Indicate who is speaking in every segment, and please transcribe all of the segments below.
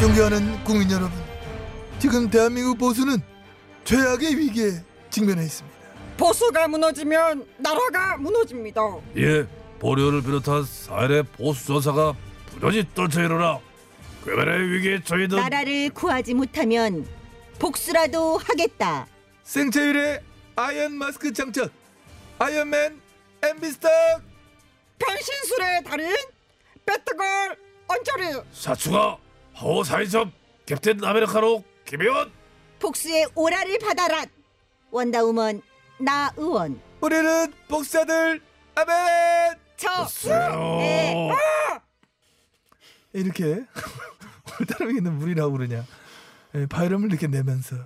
Speaker 1: 존경하는 국민 여러분, 지금 대한민국 보수는 최악의 위기에 직면해 있습니다.
Speaker 2: 보수가 무너지면 나라가 무너집니다.
Speaker 3: 예, 보류를 비롯한 사일의 보수 전사가 부전히 떨쳐 일어나 괴멸의 위기에 처해든
Speaker 4: 나라를 구하지 못하면 복수라도 하겠다.
Speaker 1: 생체율의 아이언 마스크 장착, 아이언맨 엠비스탁
Speaker 2: 변신술의 달인 배트걸 언저리
Speaker 3: 사추가 허사이섭 캡틴 아메리카노 김혜원
Speaker 4: 복수의 오라를 받아라. 원다우먼 나 의원.
Speaker 1: 우리는 복사들 아멘.
Speaker 4: 저
Speaker 3: 네.
Speaker 1: 예. 아! 이렇게 우리 따릉이는 물이 나오느냐 예, 바이럼을 이렇게 내면서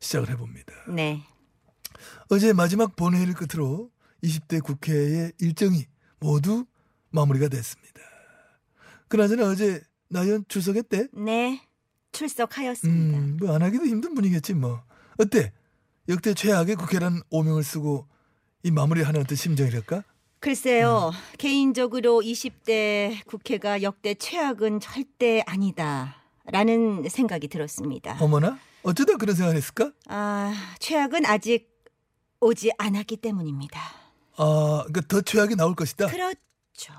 Speaker 1: 시작을 해봅니다.
Speaker 4: 네.
Speaker 1: 어제 마지막 본회의를 끝으로 20대 국회의 일정이 모두 마무리가 됐습니다. 그나저나 어제 나연 출석했대?
Speaker 4: 네. 출석하였습니다.
Speaker 1: 음, 뭐 안 하기도 힘든 분이겠지 뭐. 어때? 역대 최악의 국회라는 오명을 쓰고 이 마무리하는 어떤 심정이랄까?
Speaker 4: 글쎄요. 개인적으로 20대 국회가 역대 최악은 절대 아니다. 라는 생각이 들었습니다.
Speaker 1: 어머나? 어쩌다 그런 생각을 했을까?
Speaker 4: 아, 최악은 아직 오지 않았기 때문입니다.
Speaker 1: 아, 그러니까 더 최악이 나올 것이다.
Speaker 4: 그렇죠.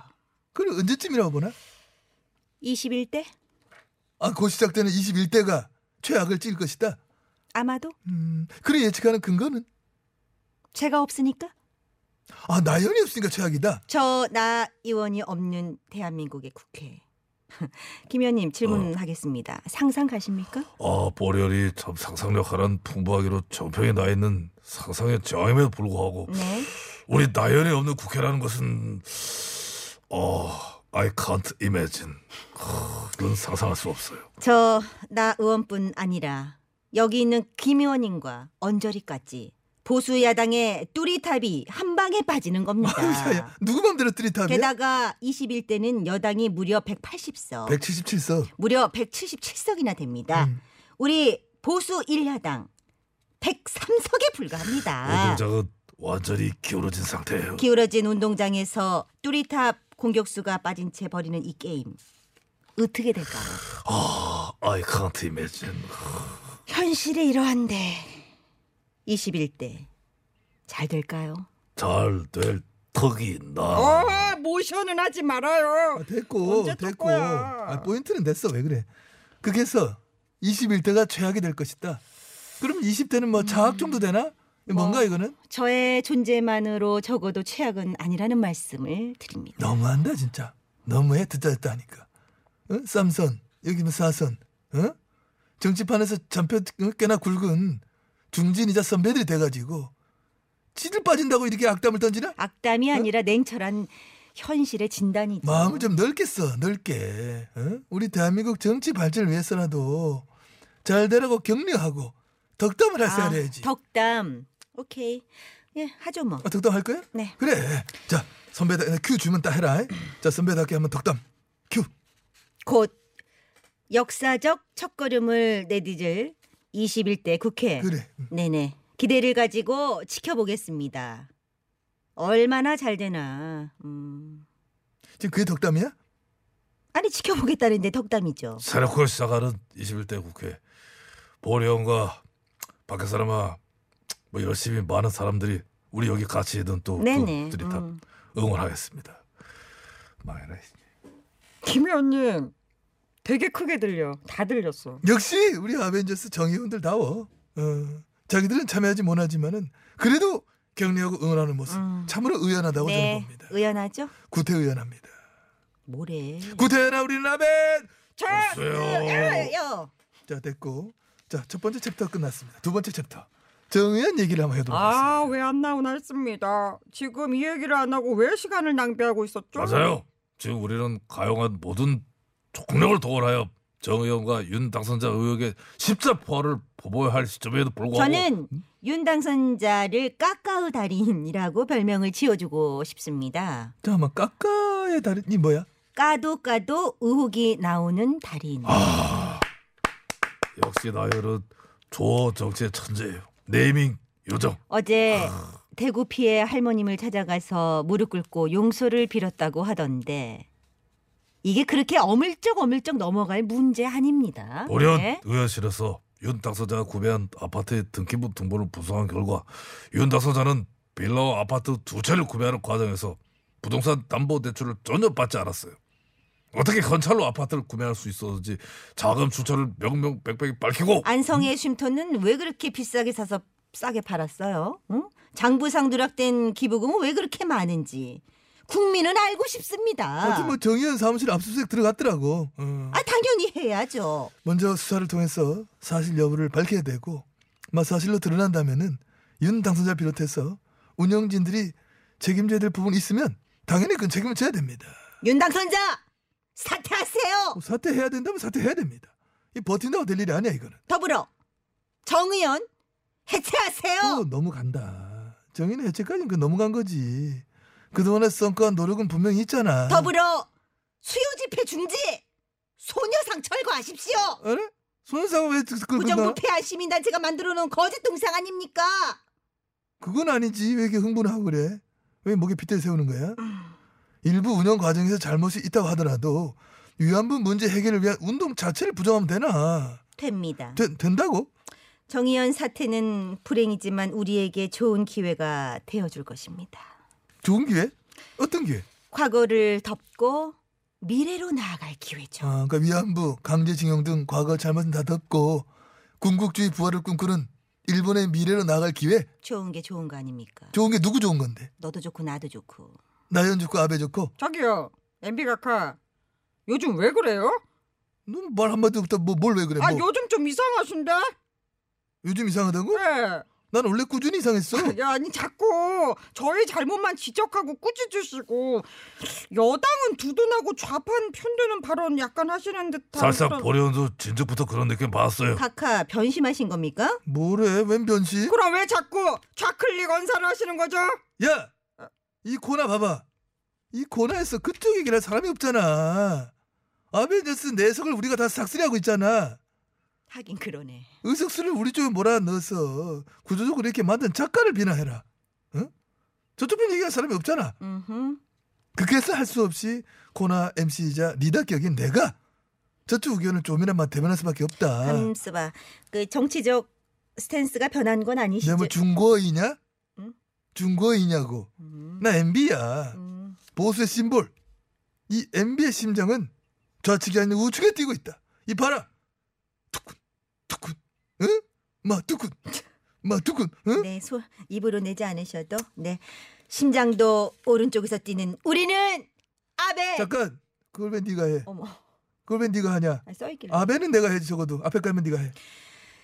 Speaker 1: 그럼 언제쯤이라고 보나?
Speaker 4: 21대?
Speaker 1: 아, 곧 시작되는 21대가 최악을 찔 것이다.
Speaker 4: 아마도?
Speaker 1: 음, 그래 예측하는 근거는?
Speaker 4: 제가 없으니까?
Speaker 1: 아, 나연이 없으니까 최악이다.
Speaker 4: 저 나 의원이 없는 대한민국의 국회. 김
Speaker 1: 어.
Speaker 4: 의원님 질문하겠습니다. 상상 가십니까?
Speaker 3: 아 보리얼이 참 상상력 하란 풍부하기로 정평이 나 있는 상상의 저임에도 불구하고
Speaker 4: 네.
Speaker 3: 우리 나연이 없는 국회라는 것은 어 I can't imagine 아, 이건 상상할 수 없어요
Speaker 4: 저 나 의원뿐 아니라 여기 있는 김 의원님과 언저리까지 보수 야당의 뚜리탑이 한 방에 빠지는
Speaker 1: 아유,
Speaker 4: 겁니다.
Speaker 1: 야, 누구 맘대로 뜨리탑이야?
Speaker 4: 게다가 21대는 여당이 무려 180석,
Speaker 1: 177석.
Speaker 4: 무려 177석이나 됩니다.
Speaker 1: 음.
Speaker 4: 우리 보수 일야당 103석에
Speaker 1: 아,
Speaker 4: 불과합니다.
Speaker 1: 네,
Speaker 3: 노동자가 완전히 기울어진 상태예요
Speaker 4: 기울어진 운동장에서 뚜리탑 공격수가 빠진 채 벌이는 이 게임 어떻게 될까요?
Speaker 3: 아 I can't imagine
Speaker 4: 현실이 이러한데 21대 잘 될까요?
Speaker 3: 잘 될 턱이 있나
Speaker 2: 어 모션은 하지 말아요.
Speaker 1: 아, 됐고,
Speaker 2: 언제 뜰
Speaker 1: 됐고.
Speaker 2: 거야?
Speaker 1: 아, 포인트는 됐어. 왜 그래? 그래서 21대가 최악이 될 것이다. 그럼 20대는 뭐 자학 정도 되나?
Speaker 2: 음. 뭐.
Speaker 1: 뭔가 이거는
Speaker 4: 저의 존재만으로 적어도 최악은 아니라는 말씀을 드립니다.
Speaker 1: 너무한다 진짜. 너무해 듣다 듣다 하니까. 응? 쌈선 여기면 사선. 응? 정치판에서 전표 응? 꽤나 굵은 중진이자 선배들이 돼가지고 지들 빠진다고 이렇게 악담을 던지나?
Speaker 4: 악담이 아니라 냉철한 현실의 진단이죠.
Speaker 1: 어? 마음을 좀 넓게 써 넓게 어? 우리 대한민국 정치 발전을 위해서라도 잘 되라고 격려하고 덕담을 하셔야
Speaker 4: 아,
Speaker 1: 해야지
Speaker 4: 덕담 오케이 예 하죠 뭐.
Speaker 1: 아, 덕담 할 거야?
Speaker 4: 네.
Speaker 1: 그래 자 선배다 큐 주면 딱 해라 에? 자 선배답게 한번 덕담 큐
Speaker 4: 곧 역사적 첫걸음을 내디딜 21대 국회.
Speaker 1: 그래 음.
Speaker 4: 네네. 기대를 가지고 지켜보겠습니다. 얼마나 잘 되나. 음.
Speaker 1: 지금 그게 덕담이야?
Speaker 4: 아니 지켜보겠다는데 덕담이죠.
Speaker 3: 새롭게 시작하는 21대 국회 보령과 밖에 사람아 뭐 열심히 많은 사람들이 우리 여기 같이 있는 또
Speaker 4: 네네.
Speaker 3: 분들이 그 다
Speaker 4: 음.
Speaker 3: 응원하겠습니다 망해라 이
Speaker 2: 김 의원님 되게 크게 들려. 다 들렸어.
Speaker 1: 역시 우리 아벤져스 정의원들 다워 어, 자기들은 참여하지 못하지만은 그래도 격려하고 응원하는 모습 참으로 의연하다고
Speaker 4: 음.
Speaker 1: 저는
Speaker 4: 네.
Speaker 1: 봅니다
Speaker 4: 의연하죠?
Speaker 1: 구태의연합니다
Speaker 4: 뭐래?
Speaker 1: 구태의연한 우리는 아벤
Speaker 3: 보세요
Speaker 4: 요.
Speaker 1: 자 됐고 자 첫 번째 챕터 끝났습니다 두 번째 챕터 정의한 얘기를 한번 해보도록
Speaker 2: 아
Speaker 1: 하겠습니다
Speaker 2: 왜 안 나오나 했습니다. 지금 이 얘기를 안 하고 왜 시간을 낭비하고 있었죠?
Speaker 3: 맞아요 지금 우리는 가용한 모든 총력을 동원하여 정 의원과 윤 당선자 의혹의 십자포화를 보고야 할 시점에도 불구하고
Speaker 4: 저는 윤 당선자를 까까우 달인이라고 별명을 지어주고 싶습니다.
Speaker 1: 잠깐만 까까의 달인이 뭐야?
Speaker 4: 까도 까도 의혹이 나오는 달인.
Speaker 3: 역시 나열은 조어 정치의 천재예요. 네이밍 요정.
Speaker 4: 어제 대구 피해 할머님을 찾아가서 무릎 꿇고 용서를 빌었다고 하던데 이게 그렇게 어물쩍 어물쩍 넘어갈 문제 아닙니다.
Speaker 3: 보련
Speaker 4: 네.
Speaker 3: 의원실에서 윤 당선자가 구매한 아파트의 등기부 등본을 부수한 결과 윤 당선자는 빌라와 아파트 두 채를 구매하는 과정에서 부동산 담보 대출을 전혀 받지 않았어요. 어떻게 건찰로 아파트를 구매할 수 있었는지 자금 출처를 명명백백히 밝히고
Speaker 4: 안성의 쉼터는 왜 그렇게 비싸게 사서 싸게 팔았어요? 응? 장부상 누락된 기부금은 왜 그렇게 많은지 국민은 알고 싶습니다.
Speaker 1: 어제 뭐 정의연 사무실 압수수색 들어갔더라고. 어.
Speaker 4: 아 당연히 해야죠.
Speaker 1: 먼저 수사를 통해서 사실 여부를 밝혀야 되고 마 사실로 드러난다면은 윤 당선자 비롯해서 운영진들이 책임져야 될 부분이 있으면 당연히 그 책임을 져야 됩니다.
Speaker 4: 윤당 선자 사퇴하세요.
Speaker 1: 뭐 사퇴해야 된다면 사퇴해야 됩니다. 이 버틴다고 될 일이 아니야 이거는.
Speaker 4: 더불어 정의연 해체하세요.
Speaker 1: 또 너무 간다. 정의는 해체까지는 그 넘어간 거지. 그동안의 성과 노력은 분명히 있잖아.
Speaker 4: 더불어 수요 집회 중지, 소녀상 철거하십시오.
Speaker 1: 아래? 손상 왜 그- 그- 그건
Speaker 4: 부정부패한 시민단체가 만들어놓은 거짓 동상 아닙니까?
Speaker 1: 그건 아니지. 왜 이렇게 흥분하고 그래? 왜 목에 빗대를 세우는 거야?
Speaker 2: 음.
Speaker 1: 일부 운영 과정에서 잘못이 있다고 하더라도 위안부 문제 해결을 위한 운동 자체를 부정하면 되나?
Speaker 4: 됩니다.
Speaker 1: 되- 된다고?
Speaker 4: 정의연 사태는 불행이지만 우리에게 좋은 기회가 되어줄 것입니다.
Speaker 1: 좋은 기회? 어떤 기회?
Speaker 4: 과거를 덮고 미래로 나아갈 기회죠.
Speaker 1: 아, 그러니까 위안부, 강제징용 등 과거 잘못은 다 덮고 군국주의 부활을 꿈꾸는 일본의 미래로 나아갈 기회?
Speaker 4: 좋은 게 좋은 거 아닙니까?
Speaker 1: 좋은 게 누구 좋은 건데?
Speaker 4: 너도 좋고 나도 좋고.
Speaker 1: 나연 좋고 아베 좋고
Speaker 2: 저기요 MB 각하 요즘 왜 그래요?
Speaker 1: 넌말 한마디부터 뭐 뭘 왜 그래?
Speaker 2: 아
Speaker 1: 뭐 어?
Speaker 2: 요즘 좀 이상하신데?
Speaker 1: 요즘 이상하다고?
Speaker 2: 네.
Speaker 1: 난 원래 꾸준히 이상했어.
Speaker 2: 야, 아니 자꾸 저의 잘못만 지적하고 꾸짖으시고 여당은 두둔하고 좌판 편드는 발언 약간 하시는 듯한
Speaker 3: 살짝
Speaker 2: 그런-
Speaker 3: 보려도 진즉부터 그런 느낌
Speaker 1: 네.
Speaker 3: 받았어요.
Speaker 4: 카카 변심하신 겁니까?
Speaker 1: 뭐래? 웬 변신?
Speaker 2: 그럼 왜 자꾸 좌클릭 언사를 하시는 거죠?
Speaker 1: 야! 아, 이 코나 봐봐. 이 코나에서 그쪽 얘기할 사람이 없잖아. 아벤져스 내석을 우리가 다 싹쓸이하고 있잖아.
Speaker 4: 하긴 그러네.
Speaker 1: 의석수를 우리 쪽에 몰아넣어서 구조적으로 이렇게 만든 작가를 비난해라. 응? 저쪽 편 얘기할 사람이 없잖아.
Speaker 4: 음.
Speaker 1: 그래서 할 수 없이 코나 MC이자 리더 격인 내가 저쪽 의견을 좀이나마 대변할 수밖에 없다.
Speaker 2: 음,
Speaker 4: 감스바. 그 정치적 스탠스가 변한 건 아니시죠?
Speaker 1: 내가 뭐 중고이냐?
Speaker 4: 응?
Speaker 1: 중고이냐고.
Speaker 4: 음,
Speaker 1: 나 MB야.
Speaker 4: 음.
Speaker 1: 보수의 심볼. 이 MB의 심장은 좌측이 아닌 우측에 뛰고 있다. 이 봐라. 두근, 두근, 응? 마 두근, 마 두근, 응?
Speaker 4: 네, 소, 입으로 내지 않으셔도 네 심장도 오른쪽에서 뛰는 우리는 아베.
Speaker 1: 잠깐. 그걸 왜 네가 해?
Speaker 4: 어머,
Speaker 1: 그걸 왜 네가 하냐?
Speaker 4: 아, 써있길래.
Speaker 1: 아베는 내가 해지 적어도 앞에 깔면 네가 해.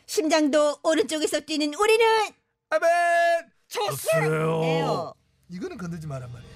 Speaker 4: 심장도 오른쪽에서 뛰는 우리는
Speaker 1: 아베!
Speaker 4: 네.
Speaker 3: 좋으세요.
Speaker 1: 어.
Speaker 4: 에요.
Speaker 1: 이거는 건들지 말란 말이야.